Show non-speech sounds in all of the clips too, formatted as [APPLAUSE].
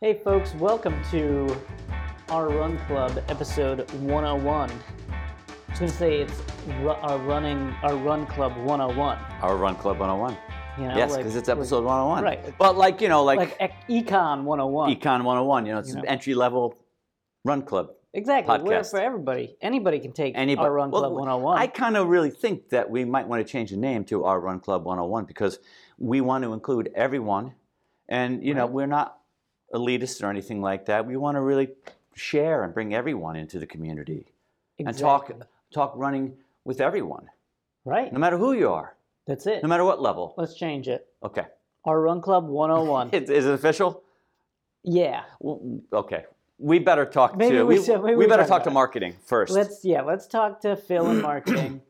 Hey, folks, welcome to our Run Club episode 101. I was going to say it's ru- our running, our Run Club 101. Our Run Club 101. You know, yes, like- because it's episode 101. Right. But like, you know, like, like ec- Econ 101. Econ 101, you know, it's You know. an entry level Run Club. exactly. We're podcast. for everybody. Anybody can take Anybody. our Run Club 101. I kind of really think that we might want to change the name to our Run Club 101 because we want to include everyone. And, you know, Right. we're not elitist or anything like that. We want to really share and bring everyone into the community and talk, Exactly. talk running with everyone, Right. no matter who you are, That's it. no matter what level. Let's change it. Okay. Our Run Club [LAUGHS] 101. Is, is it official? yeah. Well, okay. We better talk Maybe to we should- maybe we we better talk talk to about it. marketing 1st Let's yeah, let's talk to Phil and [COUGHS] marketing.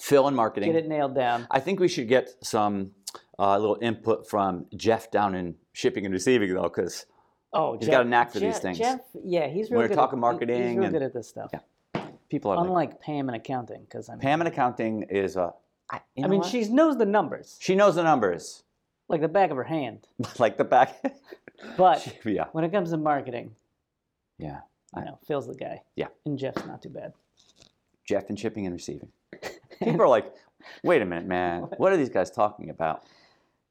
Phil and Get marketing. it nailed down. I think we should get some uh, little input from Jeff down in shipping and receiving though, because Oh, He's got a knack for these things. Jeff, yeah, he's When real we're good talking at, marketing He's real and- good at this stuff. Yeah. people are like Unlike Pam in accounting, because I mean, Pam in accounting is a. I, you I know mean, what? she knows the numbers she knows the numbers [LAUGHS] like the back of her hand. like the back. [LAUGHS] But yeah, when it comes to marketing, yeah. you know, Phil's the guy. Yeah. and Jeff's not too bad. Jeff and shipping [LAUGHS] and receiving. People are like, wait a minute, man. What are these guys talking about?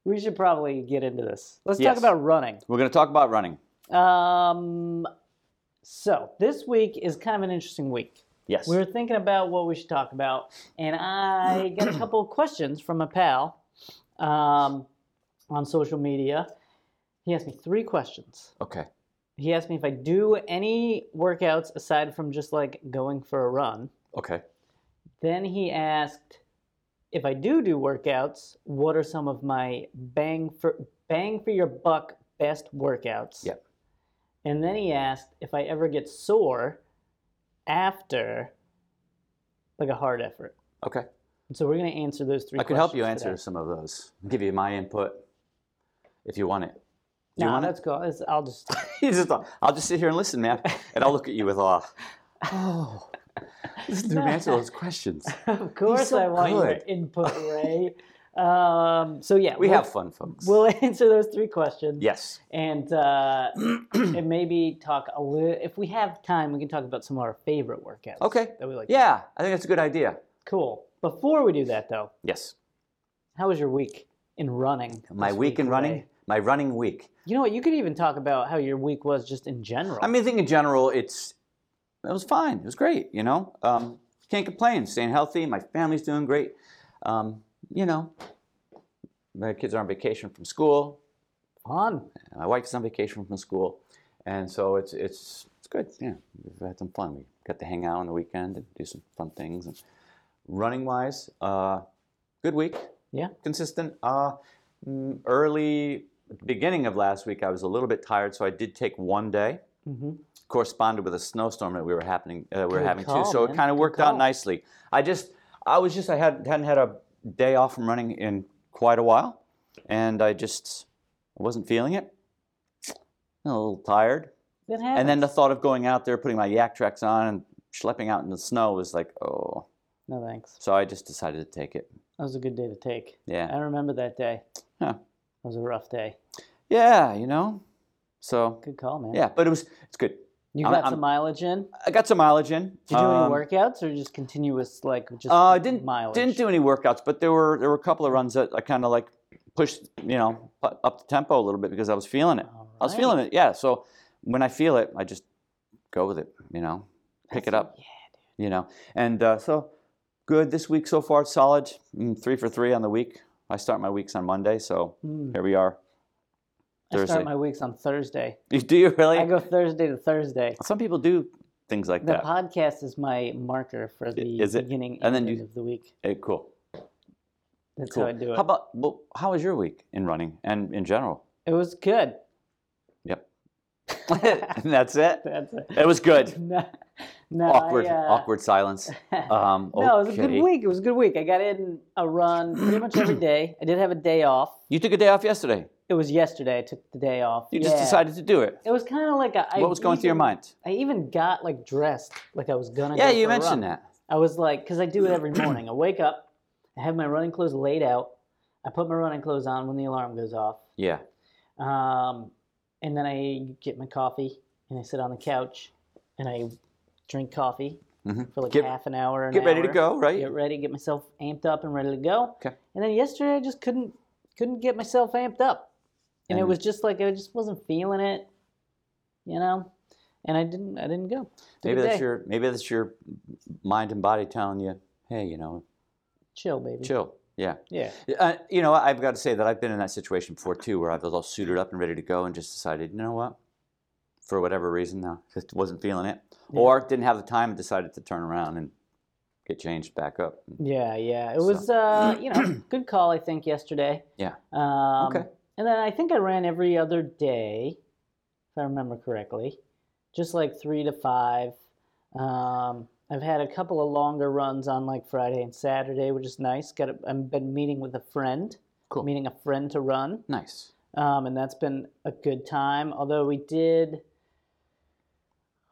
We should probably get into this. Let's talk Yes. about running. We're going to talk about running. Um, so this week is kind of an interesting week. Yes. We were thinking about what we should talk about, and I got [CLEARS THROAT] a couple of questions from a pal um, on social media. He asked me three questions. okay. He asked me if I do any workouts aside from just like going for a run. Okay. Then he asked if I do do workouts, what are some of my bang for bang for your buck best workouts? Yep. And then he asked if I ever get sore after like a hard effort. Okay. And so we're going to answer those three I could help you questions answer today. some of those. give you my input if you want it. [LAUGHS] Do you Nah, want that's cool. It's- I'll just [LAUGHS] it? You just, I'll just sit here and listen, man, and I'll look at you with awe. [LAUGHS] Oh, this dude answer those questions. Of course so I want your good. input, Ray. um, so yeah, We we'll- have fun, folks. We'll [LAUGHS] answer those three questions. yes, and [CLEARS THROAT] uh, and maybe talk a little. If we have time, we can talk about some of our favorite workouts. Okay. That we like. yeah, I think that's a good idea. Cool. Before we do that, though, Yes, how was your week in running? my this week in running, Ray? my running week. You know what? You could even talk about how your week was just in general. I mean, I think in general, it's it was fine. It was great. You know, um, can't complain. Staying healthy. My family's doing great. Um, you know, my kids are on vacation from school. fun. And my wife's on vacation from school, and so it's it's it's good. Yeah, we've had some fun. We got to hang out on the weekend and do some fun things. And running wise, uh, good week. Yeah. consistent. Uh, mm, early beginning of last week, I was a little bit tired, so I did take one day. hmm Corresponded with a snowstorm that we were happening uh, we were Good having call, too, so man. it kind of Good worked call. out nicely. I just I was just I had, hadn't had a day off from running in quite a while, and I just wasn't feeling it. A little tired, That happens. and then the thought of going out there, putting my yak tracks on, and schlepping out in the snow was like, oh. no thanks. So I just decided to take it. That was a good day to take. I Yeah, remember that day. Huh. It was a rough day. yeah, you know. So Good call, man. yeah, but it was it's good. You I'm- got I'm- some mileage in. I got some mileage in. Did you do Um, any workouts or just continuous like just Uh, didn't mileage? Didn't do any workouts, but there were there were a couple of runs that I kind of like pushed, you know, pu- up the tempo a little bit because I was feeling it. I was feeling it, yeah. So when I feel it, I just go with it, you know, pick it up, Yeah, you know. And uh, so good this week so far, solid. Mm, three for three on the week. I start my weeks on Monday, so dude. Mm. here we are. I start Thursday. my weeks on Thursday. Do [LAUGHS] you really? I go Thursday to Thursday. Some people do things like The that. podcast is my marker for the is it? beginning and And then end you- of the week. Eh, cool. That's Cool. how I do it. How about well, how was your week in running and in general? [LAUGHS] [LAUGHS] it was good. Yep. and that's it. That's it. It was good. [LAUGHS] No, no, I, Awkward, uh, [LAUGHS] awkward silence. Um, No, it was a okay. good week. It was a good week. I got in a [CLEARS THROAT] run pretty much every day. I did have a day off. You took a day off yesterday. It was yesterday. I took the day off. You just Yeah. decided to do it. It was kind of like a. I what was going through your even- mind? I even got like dressed, like I was gonna. Yeah, go you for a run. mentioned that. I was like, because I do it [CLEARS THROAT] every morning. I wake up, I have my running clothes laid out. I put my running clothes on when the alarm goes off, Yeah. um, and then I get my coffee and I sit on the couch and I drink coffee Mhm. for like Get- half an hour. an Get ready to hour, go, right? Get ready, get myself amped up and ready to go. Okay. And then yesterday I just couldn't couldn't get myself amped up, and, it And- was just like I just wasn't feeling it, you know. And I didn't I didn't go. Took a Maybe that's day. your maybe that's your mind and body telling you, hey, you know, chill, baby. chill. Yeah. Yeah. Uh, you know, I've got to say that I've been in that situation before too, where I was all suited up and ready to go, and just decided, you know what, for whatever reason, no, just wasn't feeling it, Yeah. or didn't have the time, and decided to turn around and get changed back up. Yeah, yeah. It So- was, uh, you [CLEARS THROAT] know, good call, I think, yesterday. Yeah. Um, Okay. And then I think I ran every other day, if I remember correctly, just like three to five. Um, I've had a couple of longer runs on like Friday and Saturday, which is nice. Got a, I've been meeting with a friend, Cool. meeting a friend to run, Nice. um, and that's been a good time. Although we did,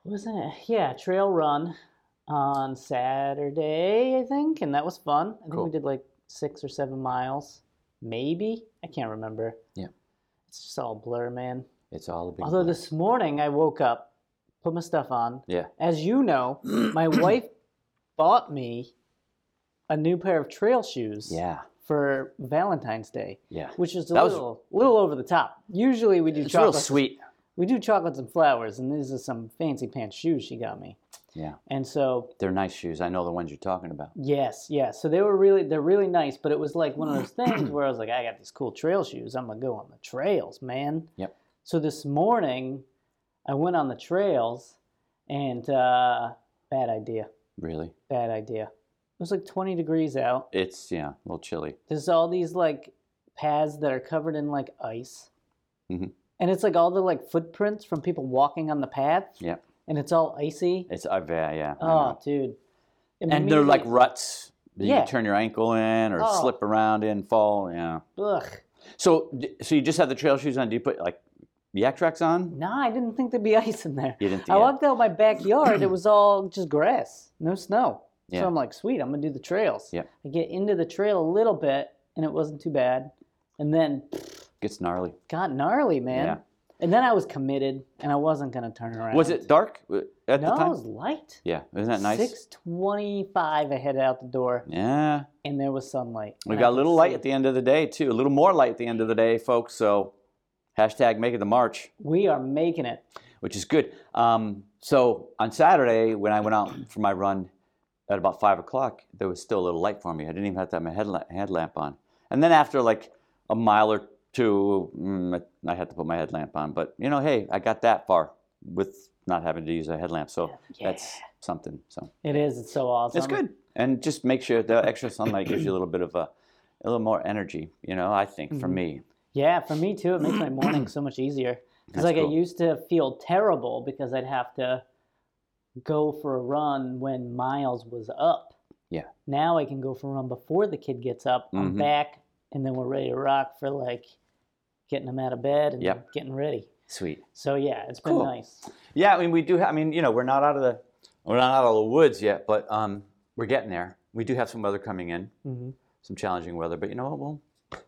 wasn't it? Yeah, trail run on Saturday, I think, and that was fun. I think Cool. we did like six or seven miles, maybe. I can't remember. Yeah. it's just all blur, man. It's all a big. Although blur. this morning I woke up, put my stuff on. Yeah. As you [CLEARS THROAT] know, my wife bought me a new pair of trail shoes Yeah. for Valentine's Day Yeah. which is a That was- little little over the top. Usually we do It's real chocolates. sweet. We do chocolates and flowers, and these are some fancy pants shoes she got me. Yeah. And so They're nice shoes. I know the ones you're talking about. yes, yes. So they were really they're really nice, but it was like one of those [CLEARS THROAT] things where I was like, I got these cool trail shoes. I'm gonna go on the trails, man. Yep. So this morning, I went on the trails, and uh, bad idea, Really. bad idea. It was like 20 degrees out. It's yeah, a little chilly. there's all these like paths that are covered in like ice Mhm. and it's like all the like footprints from people walking on the path Yeah. and it's all icy It's uh, yeah, yeah. I know. oh dude and they're like Immediately- ruts. that You Yeah. can turn your ankle in or Oh. slip around in, fall. Yeah. ugh So, d- so you just have the trail shoes on? Do you put like yak tracks on? nah i didn't think there'd be [LAUGHS] ice in there You didn't. i yeah. walked out my backyard it was all just grass no snow Yeah. so i'm like sweet i'm gonna do the trails Yeah. i get into the trail a little bit and it wasn't too bad and then Gets gnarly. got gnarly man Yeah. and then i was committed and i wasn't gonna turn around Was it dark uh, at no the it time? was light Yeah. Isn't that nice? Six twenty-five. I headed out the door, Yeah. and there was sunlight. We and I got a could little light see- at the end of the day too. A little more light at the end of the day, folks. So, hashtag make it the march, We are making it. which is good. Um, so on Saturday when I went out for my run at about five o'clock, there was still a little light for me. I didn't even have to have my headla- headlamp on. And then after like a mile or two, mm, I I had to put my headlamp on. But you know, hey, I got that far with not having to use a headlamp. So that's something. So It is. It's so awesome. it's good. And just make sure the extra sunlight gives you a little bit of a, a little more energy. You know, I think for Mhm. me, Yeah, for me too. It makes [CLEARS THROAT] my morning so much easier. Because That's like cool. I used to feel terrible because I'd have to go for a run when miles was up. Yeah. Now I can go for a run before the kid gets up. I'm Mhm. back, and then we're ready to rock for like getting them out of bed and Yep. getting ready. sweet. So yeah, it's been Cool. nice. Yeah, I mean we do. Ha- I mean you know we're not out of the we're not out of the woods yet, but um, we're getting there. We do have some weather coming in. hmm some challenging weather, but you know what? We'll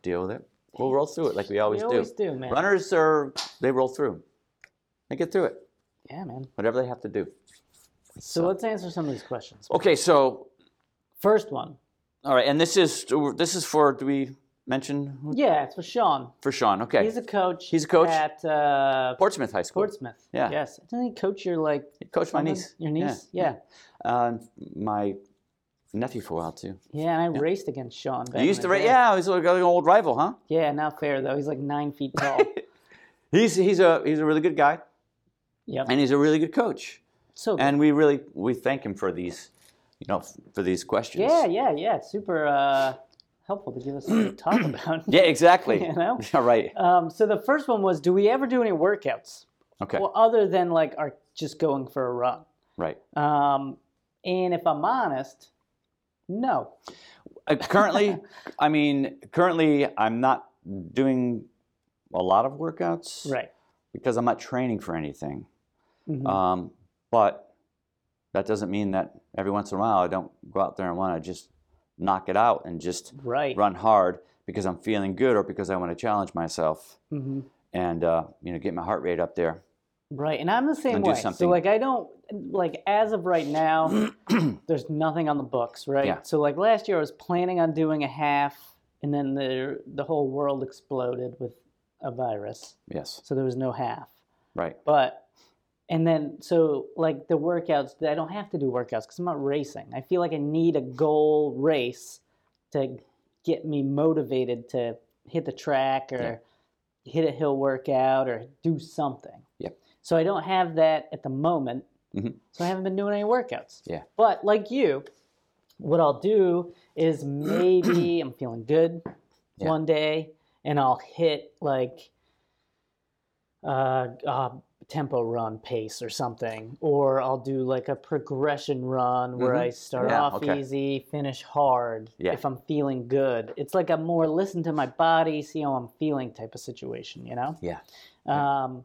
deal with it. We'll roll through it like we always, we always do. do, man. Runners are they roll through. They get through it. Yeah, man. Whatever they have to do. So let's answer some of these questions. Okay, so First one. all right, and this is this is for do we mention who- Yeah, it's for Sean. for Sean? Okay, He's a coach. He's a coach? at uh, Portsmouth High School. Portsmouth. Yeah. Yes. Doesn't he coach your like? He coached my son? niece. Your niece? Yeah. Uh, my nephew for a while too. Yeah, and I raced against Sean. Back You used in to, the ra- day. yeah. He's like an old rival, huh? Yeah, not fair though. He's like nine feet [LAUGHS] tall. He's he's a he's a really good guy, yep. and he's a really good coach. So good. And we really we thank him for these, you know, for these questions. yeah, yeah, yeah. It's Super uh, helpful to give us something [CLEARS THROAT] to talk about. Yeah, [LAUGHS] exactly. You [LAUGHS] know? Yeah, right. Um, so the first one was, do we ever do any workouts? Okay. Well, other than like our just going for a run. right. Um, and if I'm honest, no. Uh, currently, I mean, currently, I'm not doing a lot of workouts Right. because I'm not training for anything. Mhm. Um, but that doesn't mean that every once in a while I don't go out there and want to just knock it out and just right. run hard because I'm feeling good or because I want to challenge myself. hmm and uh, you know get my heart rate up there. Right, and I'm the same And do way. So something. like I don't like as of right [CLEARS THROAT] now, there's nothing on the books, right? Yeah. So like last year I was planning on doing a half, and then the the whole world exploded with a virus, Yes, so there was no half. right. But and then so like the workouts, I don't have to do workouts because I'm not racing. I feel like I need a goal race to get me motivated to hit the track or hit a hill workout or do something. Yep. So I don't have that at the moment. Mhm. So I haven't been doing any workouts. Yeah. But like you, what I'll do is maybe [CLEARS THROAT] I'm feeling good Yeah. one day and I'll hit like uh, uh tempo run pace or something or I'll do like a progression run Mm-hmm. where I start Yeah, off okay. easy, finish hard Yeah. if I'm feeling good. It's like a more listen to my body, see how I'm feeling type of situation, you know? Yeah, Um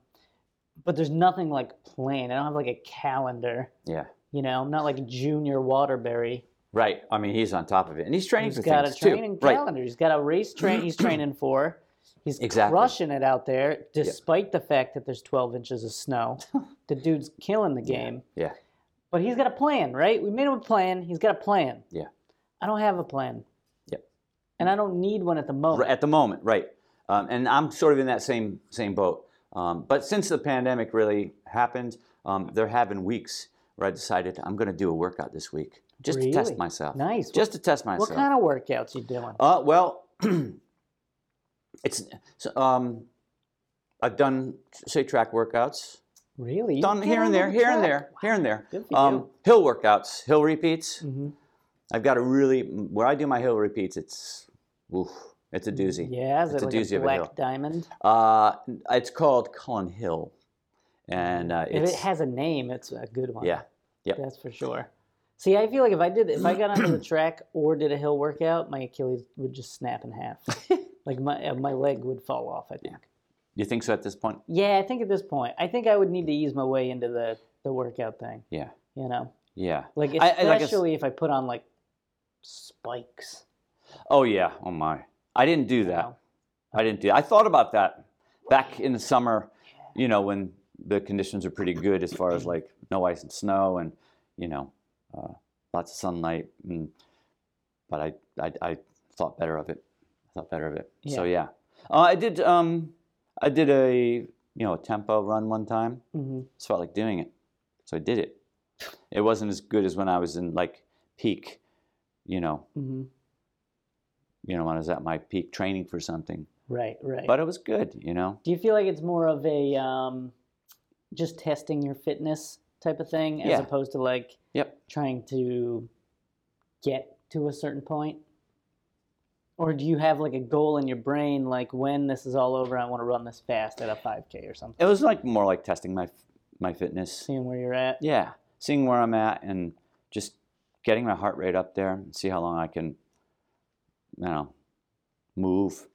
but there's nothing like plain. I don't have like a calendar, yeah. you know. I'm not like junior Waterbury Right. I mean, he's on top of it, and he's training He's for got a things training too. Right. calendar. He's got a race train [CLEARS THROAT] he's training for. He's Exactly. crushing it out there, despite the fact that there's 12 inches of [LAUGHS] snow. the dude's killing the game. Yeah. But he's got a plan, right? We made him a plan. He's got a plan. Yeah. I don't have a plan. Yep. And I don't need one at the R- moment. At the moment, right. Um, and I'm sort of in that same same boat. Um, but since the pandemic really happened, um, there have been weeks where I decided I'm going to do a workout this week just to Really? test myself. Nice. What- Just to test myself. what kind of workouts you doing? Uh, well, [CLEARS THROAT] it's so, um, I've done say track workouts, Really? You done get here out on and there, the here and track? there, here and there. Um, Good for you. hill workouts, hill repeats. Mhm. I've got a really where I do my hill repeats. It's oof, it's a doozy. Yeah, is It's it a like doozy a of a black hill. diamond? Uh, it's called Cullen Hill, and uh, If it's it has a name, it's a good one. yeah, yep. That's for sure. See, I feel like if I did, if I got onto the [CLEARS THROAT] track or did a hill workout, my Achilles would just snap in [LAUGHS] half. like my uh, my leg would fall off. I think. You think so at this point? Yeah. I think at this point, I think I would need to ease my way into the the workout thing. Yeah, You know, yeah. like I- I- like a s- especially if I put on like spikes. Oh yeah. Oh my. I didn't do that. know. I didn't do. I thought about that back in the summer. You know when the conditions are pretty good as far as like no ice and snow and you know uh, lots of sunlight. And, but I, I I thought better of it. I thought better of it. So yeah. Uh, I did um I did a you know a tempo run one time. hmm Just felt like doing it, so I did it. It wasn't as good as when I was in like peak. You know hmm you know when I was at my peak training for something. Right. Right. but it was good, you know. Do you feel like it's more of a um, just testing your fitness type of thing as Yeah. opposed to like Yep. trying to get to a certain point? Or do you have like a goal in your brain, like when this is all over, I want to run this fast at a 5K or something, It was like more like testing my my fitness. seeing where you're at? Yeah, seeing where I'm at and just getting my heart rate up there and see how long I can, you know, move,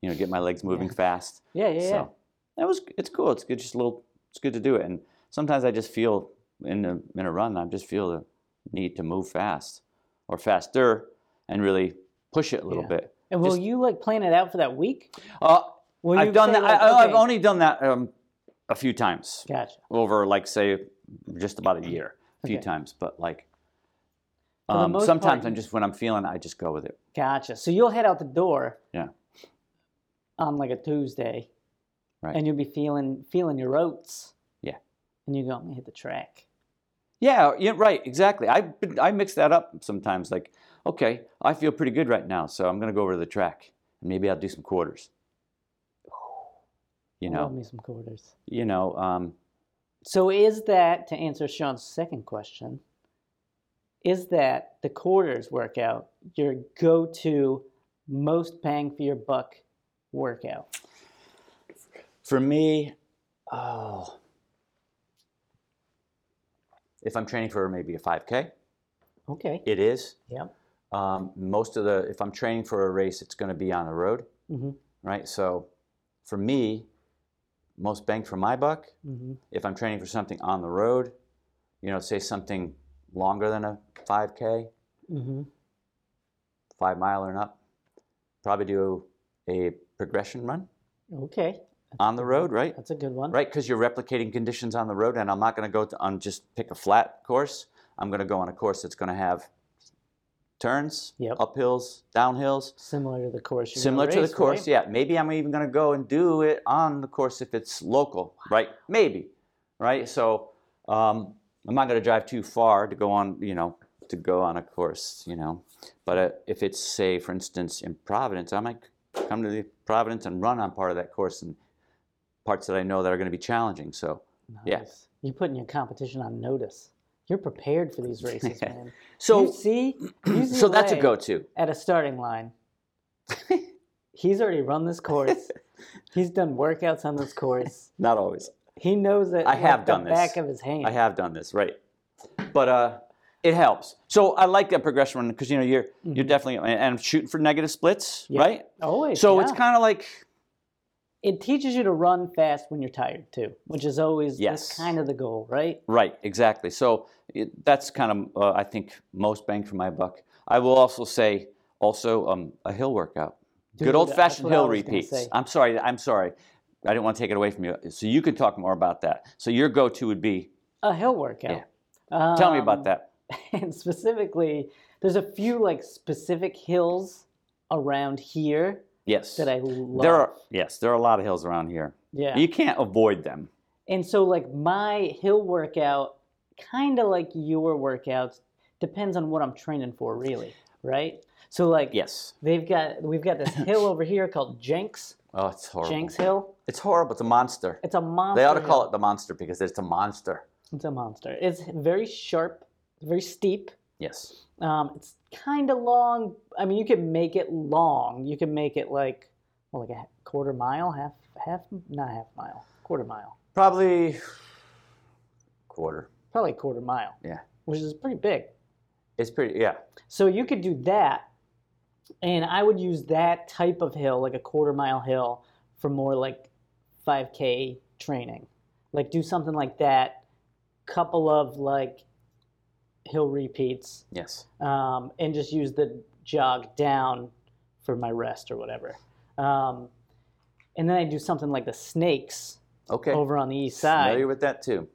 you know, get my legs moving fast. Yeah, yeah, yeah. So that was it's cool. It's good, just a little. It's good to do it. And sometimes I just feel in a in a run, I just feel the need to move fast or faster and really push it a little Yeah. bit. and will just- you like plan it out for that week? Uh, Will you I've done say, that. like, I, oh, I've okay, only done that um, a few times Gotcha. over, like, say, just about a year, a few Okay. times. But like, For the um, most sometimes part- I'm just when I'm feeling, I just go with it. Gotcha. So you'll head out the door. Yeah. On like a Tuesday. Right. And you'll be feeling feeling your oats. Yeah. And you go, I'm gonna hit the track. Yeah, yeah, right, exactly. I I mix that up sometimes. Like, okay, I feel pretty good right now, so I'm gonna go over to the track. Maybe I'll do some quarters. You I know, Love me some quarters. you know. Um, So is that to answer Sean's second question? Is that the quarters workout your go-to most bang for your buck workout? for me, oh, if I'm training for maybe a 5K, Okay. it is. Yep. Um, most of the, if I'm training for a race, it's going to be on the road, Mhm. right? So for me, most bang for my buck, Mm-hmm. if I'm training for something on the road, you know, say something longer than a 5K, Mm-hmm. five mile and up, probably do a progression run Okay. on the road, right? That's a good one. Right, because you're replicating conditions on the road, and I'm not going to go to- on just pick a flat course. I'm going to go on a course that's going to have turns, Yep. uphills, downhills, Similar to the course. You're similar gonna to the race, course. right? Yeah, maybe I'm even going to go and do it on the course if it's local, right? Maybe, right? So um, I'm not going to drive too far to go on, you know, to go on a course, you know. But uh, if it's say, for instance, in Providence, I might come to the Providence and run on part of that course and parts that I know that are going to be challenging. So yeah. Nice. You're putting your competition on notice. You're prepared for these races, [LAUGHS] Yeah. man. you so [CLEARS THROAT] see, you see so that's a Ray go-to. at a starting [LAUGHS] line. He's already run this course. He's done workouts on this course. Not always. He knows it. I like have the done this. Back of his hand. I have done this, right? But uh, it helps. So I like that progression because you know you're you're definitely and I'm shooting for negative splits, Mm-hmm. Yeah. right? Always. So it's yeah. kind of like it teaches you to run fast when you're tired too, which is always Yes. that's kind of the goal, right? right, exactly. So it, that's kind of uh, I think most bang for my buck. I will also say also um, a hill workout, Dude, good old that's fashioned what I hill was gonna repeats. say. I'm sorry, I'm sorry. I didn't want to take it away from you. So you could talk more about that. So your go to would be A hill workout. Um, tell me about that. And specifically, there's a few like specific hills around here Yes, that I love. there are yes there are a lot of hills around here. yeah. You can't avoid them. And so, like, my hill workout, kind of like your workouts, depends on what I'm training for, really, right? So, like, Yes. they've got we've got this hill over here called Jenks Oh, it's horrible. Jenks Hill. It's horrible. It's a monster. It's a monster. They ought to call it the monster because it's a monster. It's a monster. It's very sharp, very steep. Yes. Um, it's kind of long. I mean, you can make it long. You can make it like, well, like a h- quarter mile, half, half, not half mile, quarter mile, Probably quarter. probably a quarter mile, Yeah. which is pretty big. It's pretty. Yeah. So you could do that, and I would use that type of hill, like a quarter mile hill, for more like 5K training. Like do something like that, couple of like hill repeats, Yes. um, and just use the jog down for my rest or whatever. Um, and then I do something like the snakes Okay. over on the east side Familiar with that too.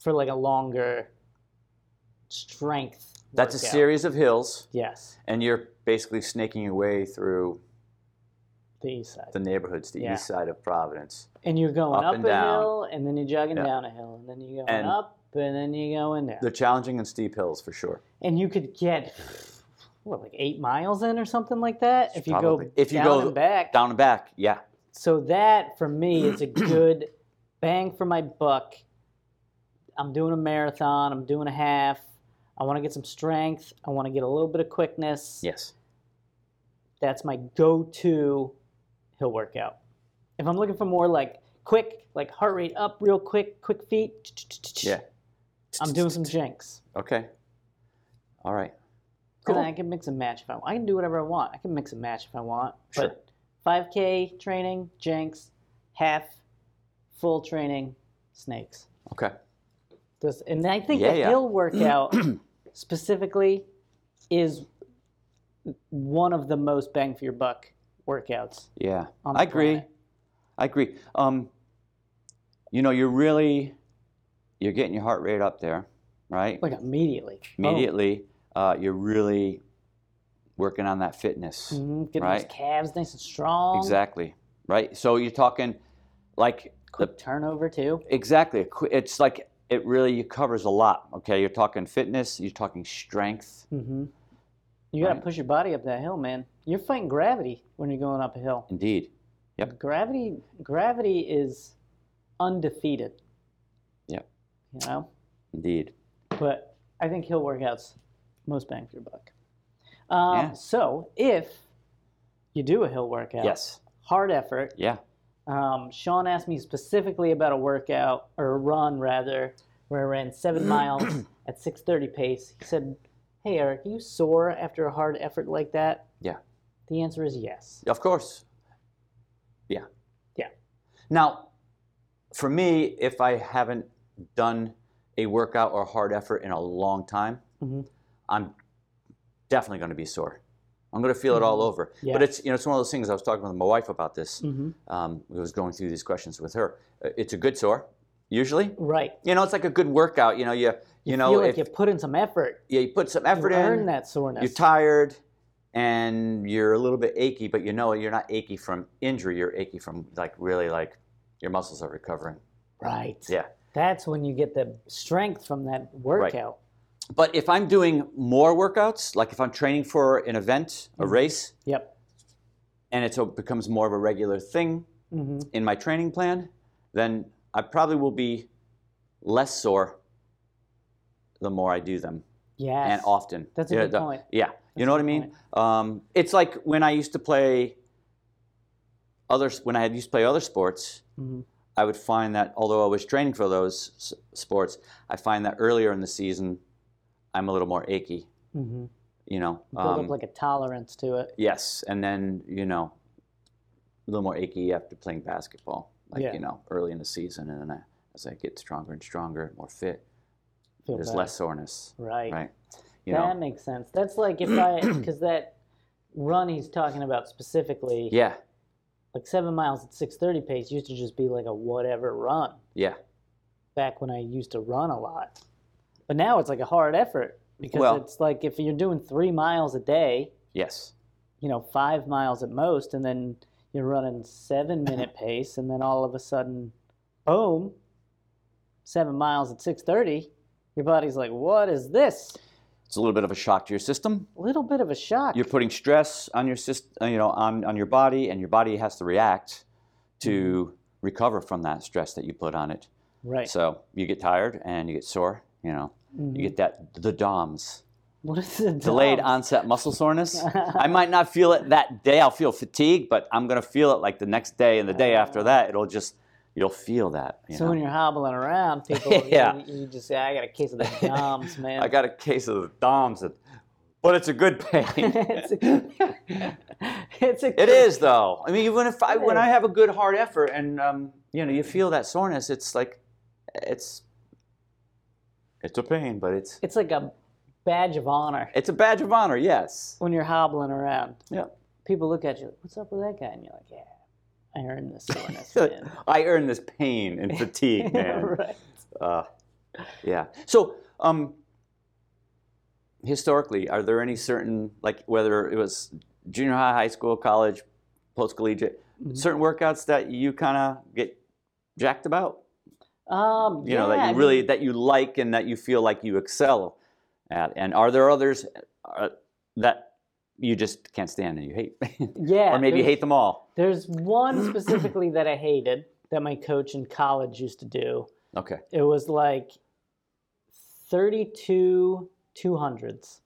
for like a longer strength. That's a workout. series of hills, Yes, and you're basically snaking your way through the east side. the neighborhoods, the Yeah. east side of Providence. And you're going Up up, and a down. hill, and then you're jogging Yeah. down a hill, and then you're going And- up, and then you're going down. They're challenging and steep hills for sure. And you could get what, like eight miles in or something like that if you Probably. go If you down go and back. Down and back. Yeah. So that for me [CLEARS THROAT] is a good bang for my buck. I'm doing a marathon. I'm doing a half. I want to get some strength. I want to get a little bit of quickness. Yes. That's my go-to hill workout. If I'm looking for more like quick, like heart rate up real quick, quick feet. Yeah. I'm doing some jinx. Okay. All right. And then I can mix and match if I want. I can do whatever I want. I can mix and match if I want. Sure. But 5K training, jinx, half, full training, snakes. Okay. This, and I think Yeah, the yeah. hill [CLEARS THROAT] workout specifically is one of the most bang for your buck workouts. Yeah, on I the agree. planet. I agree. Um, you know, you're really you're getting your heart rate up there, right? Like immediately. Immediately, uh, you're really working on that fitness. Oh, mhm, getting Right. those calves nice and strong. Exactly. Right. So you're talking like the Quick turnover too. Exactly. A qu- It's like it really covers a lot. Okay, you're talking fitness. You're talking strength. hmm You got to Right. push your body up that hill, man. You're fighting gravity when you're going up a hill. Indeed. Yep. Gravity, gravity is undefeated. Yep. You know, Indeed. but I think hill workouts most bang for your buck. Um, Yeah. So if you do a hill workout, Yes. hard effort. Yeah. Um, Sean asked me specifically about a workout or a run rather, where I ran [CLEARS THROAT] seven miles at 6:30 pace. He said, "Hey Eric, are you sore after a hard effort like that?" Yeah. The answer is yes. Of course. Yeah. Yeah. Now, for me, if I haven't done a workout or hard effort in a long time, Mhm. I'm definitely going to be sore. I'm going to feel it all over. Mm-hmm. Yeah. But it's you know it's one of those things. I was talking with my wife about this. Mhm. Um, I was going through these questions with her. Uh, It's a good sore, usually. Right. You know, it's like a good workout. You know, you you, know, feel like if, you put in some effort. yeah, you put some effort You earn in. that soreness. You're tired, and you're a little bit achy, but you know you're not achy from injury. You're achy from like really like your muscles are recovering. Right. Yeah. That's when you get the strength from that workout. But if I'm doing more workouts, like if I'm training for an event, a Mm-hmm. race, Yep. and it's, it becomes more of a regular thing hmm in my training plan, then I probably will be less sore the more I do them Yes. and often. That's a yeah, good the- point. Yeah, you know what I mean. Um, it's like when I used to play other when I had used to play other sports. Mhm. I would find that although I was training for those s- sports, I find that earlier in the season, I'm a little more achy. hmm You know, Build Um, up like a tolerance to it. yes, and then you know, a little more achy after playing basketball. Like Yeah. you know, early in the season, and then I, as I get stronger and stronger, more fit, Feel there's better. less soreness. Right. Right. You that know. makes sense. That's like if [CLEARS THROAT] I, because that run he's talking about specifically, Yeah. like seven miles at 6:30 pace used to just be like a whatever run Yeah. back when I used to run a lot. But now it's like a hard effort because Well- it's like if you're doing three miles a day, Yes. you know, five miles at most, and then you're running [LAUGHS] seven minute pace, and then all of a sudden, boom, seven miles at six thirty, your body's like, what is this? It's a little bit of a shock to your system. A little bit of a shock. you're putting stress on your system, you know, on, on your body, and your body has to react to recover from that stress that you put on it. Mm-hmm. right. So you get tired and you get sore. You know, you get that the DOMS, what is the delayed dump? onset [LAUGHS] muscle soreness. I might not feel it that day. I'll feel fatigue, but I'm gonna feel it like the next day and the day after that. It'll just you'll feel that. You Uh-huh. So know? when you're hobbling [LAUGHS] around, people, Yeah. you, you just say, I got a case of [LAUGHS] the DOMS, man. I got a case of the DOMS, that- but it's a good pain. [LAUGHS] it's a, it's a [LAUGHS] It is though. I mean, even if I, It when I is. have a good hard effort and um, you know you feel that soreness, it's like it's it's a pain, but it's It's like a badge of honor it's a badge of honor. Yes. when you're hobbling around. Yeah. People look at you, what's up with that guy? And you're like, yeah, I earned this [LAUGHS] soreness, man. I earned this pain and [LAUGHS] fatigue, man. right. uh, yeah. So, um, historically, are there any certain like whether it was junior high, high school, college, post collegiate, Mm-hmm. certain workouts that you kind of get jacked about? Um, you know yeah, that I you really mean, that you like and that you feel like you excel at and are there others uh, that you just can't stand and you hate [LAUGHS] yeah, or maybe you there's- hate them all There's one [CLEARS THROAT] specifically that I hated that my coach in college used to do. okay It was like 32 200s.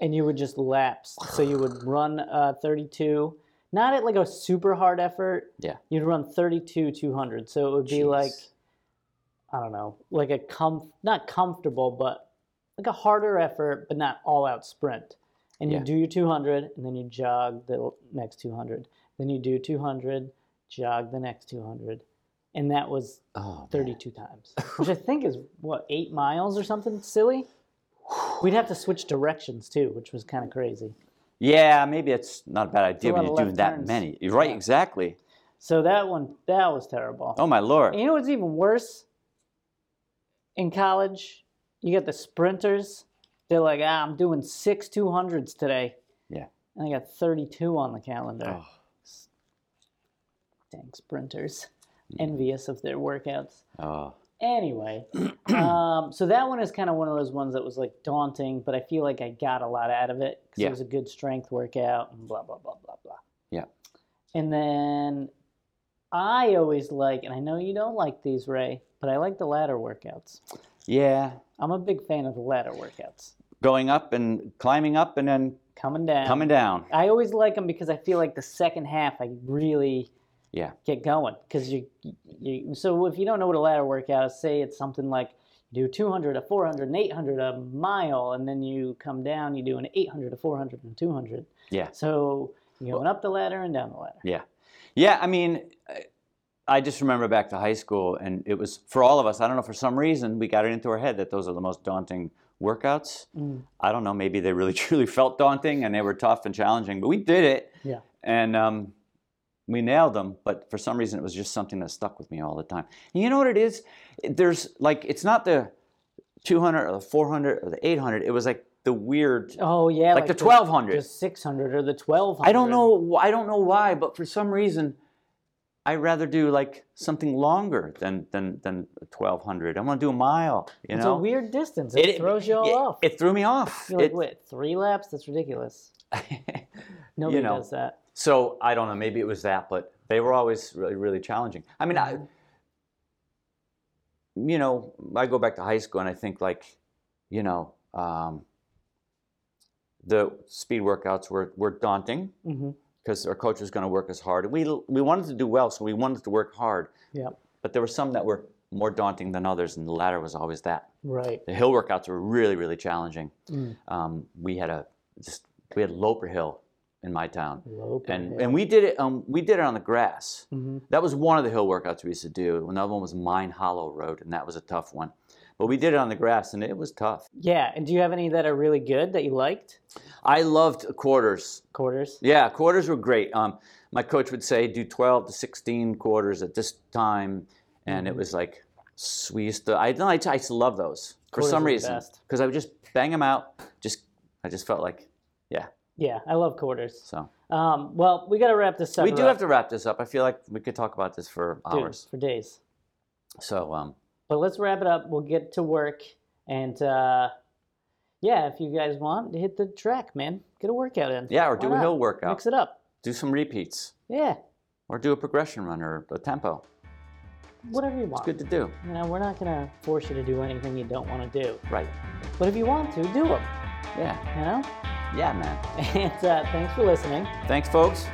And you would just lapse. So you would run uh, 32, not at like a super hard effort. Yeah. You'd run 32 200. So it would be Jeez. like, I don't know, like a com not comfortable, but like a harder effort, but not all out sprint. And you Yeah. do your 200, and then you jog the next 200. Then you do 200, jog the next 200. And that was oh 32 times, which I think is what eight miles or something silly. We'd have to switch directions too, which was kind of crazy. yeah maybe it's not a bad idea lot when of you're left doing that turns. many You're right Yeah. exactly So that one, that was terrible. oh my lord And you know what's even worse? In college, you got the sprinters. They're like, ah, I'm doing six 200s today. Yeah. And I got 32 on the calendar. Oh, Dang sprinters. Envious of their workouts. oh. [CLEARS THROAT] Anyway, um, so that one is kind of one of those ones that was like daunting, but I feel like I got a lot out of it because Yeah. it was a good strength workout and blah blah blah blah blah. Yeah. And then I always like, and I know you don't like these, Ray, but I like the ladder workouts. yeah I'm a big fan of the ladder workouts. going up and climbing up and then Coming down. coming down I always like them because I feel like the second half I really yeah get going because you, you so if you don't know what a ladder workout is say it's something like you do 200 a 400 an 800 a mile and then you come down you do an 800 a 400 and 200 yeah so you're going up the ladder and down the ladder Yeah. Yeah, I mean, I- I just remember back to high school, and it was for all of us. I don't know, for some reason, we got it into our head that those are the most daunting workouts. Mm. I don't know, maybe they really [LAUGHS] truly felt daunting and they were tough and challenging, but we did it. Yeah. And um, we nailed them, but for some reason it was just something that stuck with me all the time. And you know what it is? There's like, it's not the 200 or the 400 or the 800, it was like the weird. Oh yeah, Like the 1200. the six hundred or the twelve hundred. I don't know. I don't know why, but for some reason, I rather do like something longer than than than twelve hundred. I want to do a mile. You It's know, a weird distance. It, throws you all it- off. It threw me off. You're like, It- wait, three laps? That's ridiculous. [LAUGHS] Nobody know. does that. so I don't know. Maybe it was that, but they were always really really challenging. I mean, I, Mm-hmm. you know, I go back to high school and I think like, you know, um, the speed workouts were were daunting. hmm because our coach was going to work us hard. And we we wanted to do well, so we wanted to work hard. Yep. But there were some that were more daunting than others, and the latter was always that. Right. The hill workouts were really really challenging. Mm. Um, we had a just we had Loper Hill in my town, Lope and and we did it um, we did it on the grass. hmm That was one of the hill workouts we used to do. Another one was Mine Hollow Road, and that was a tough one. But we did it on the grass, and it was tough. Yeah. And do you have any that are really good that you liked? I loved quarters. Quarters. Yeah, quarters were great. Um, my coach would say do 12 to 16 quarters at this time, and it was like s- we used to. I no, I, I used to love those for Quarters some are the reason best. because I would just bang them out. Just I just felt like yeah. Yeah, I love quarters. So Um, well, we got to wrap this up. we do have to wrap this up. I feel like we could talk about this for hours. for days. So um, But let's wrap it up. We'll get to work. And uh, yeah, if you guys want, hit the track, man. Get a workout in. yeah, or Why do a not? hill workout, Mix it up. do some repeats, Yeah, or do a progression run or a tempo. whatever you want. Good to do. You know, we're not going to force you to do anything you don't want to do. Right. But if you want to, do them, Yeah. you know? [LAUGHS] Yeah, man. And uh, thanks for listening. Thanks, folks,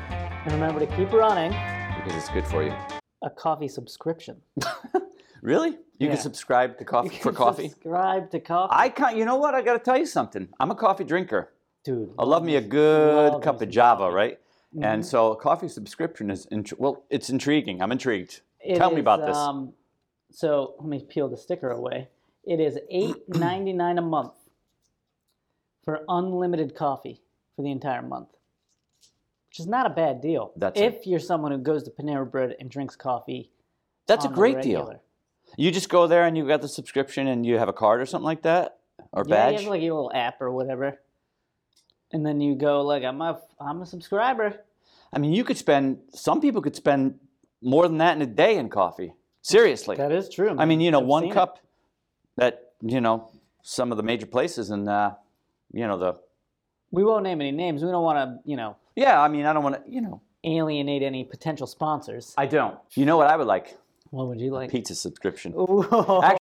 And remember to keep running because it's good for you. a coffee subscription. Really? You Yeah. can subscribe to [LAUGHS] coffee for coffee. Subscribe to coffee. I can't. You know what? I got to tell you something. I'm a coffee drinker. Dude. I love me a good love cup me Mm-hmm. of Java, right? And so, a coffee subscription is int- well, it's intriguing. I'm intrigued. It Tell me is, about this. Um, so let me peel the sticker away. It is [CLEARS THROAT] eight ninety nine a month for unlimited coffee for the entire month, which is not a bad deal. That's a- if you're someone who goes to Panera Bread and drinks coffee. That's a on the great deal. regular. You just go there and you got the subscription and you have a card or something like that or Yeah, you badge. have like your little app or whatever, and then you go like I'm a I'm a subscriber. I mean, you could spend. Some people could spend more than that in a day in coffee. Seriously. That is true. I mean, you know, I've one seen it. cup that you know some of the major places and uh, you know the We won't name any names. We don't want to, you know, yeah. I mean, I don't want to. You know, alienate any potential sponsors. I don't. You know what I would like? [LAUGHS] What would you like? Pizza subscription.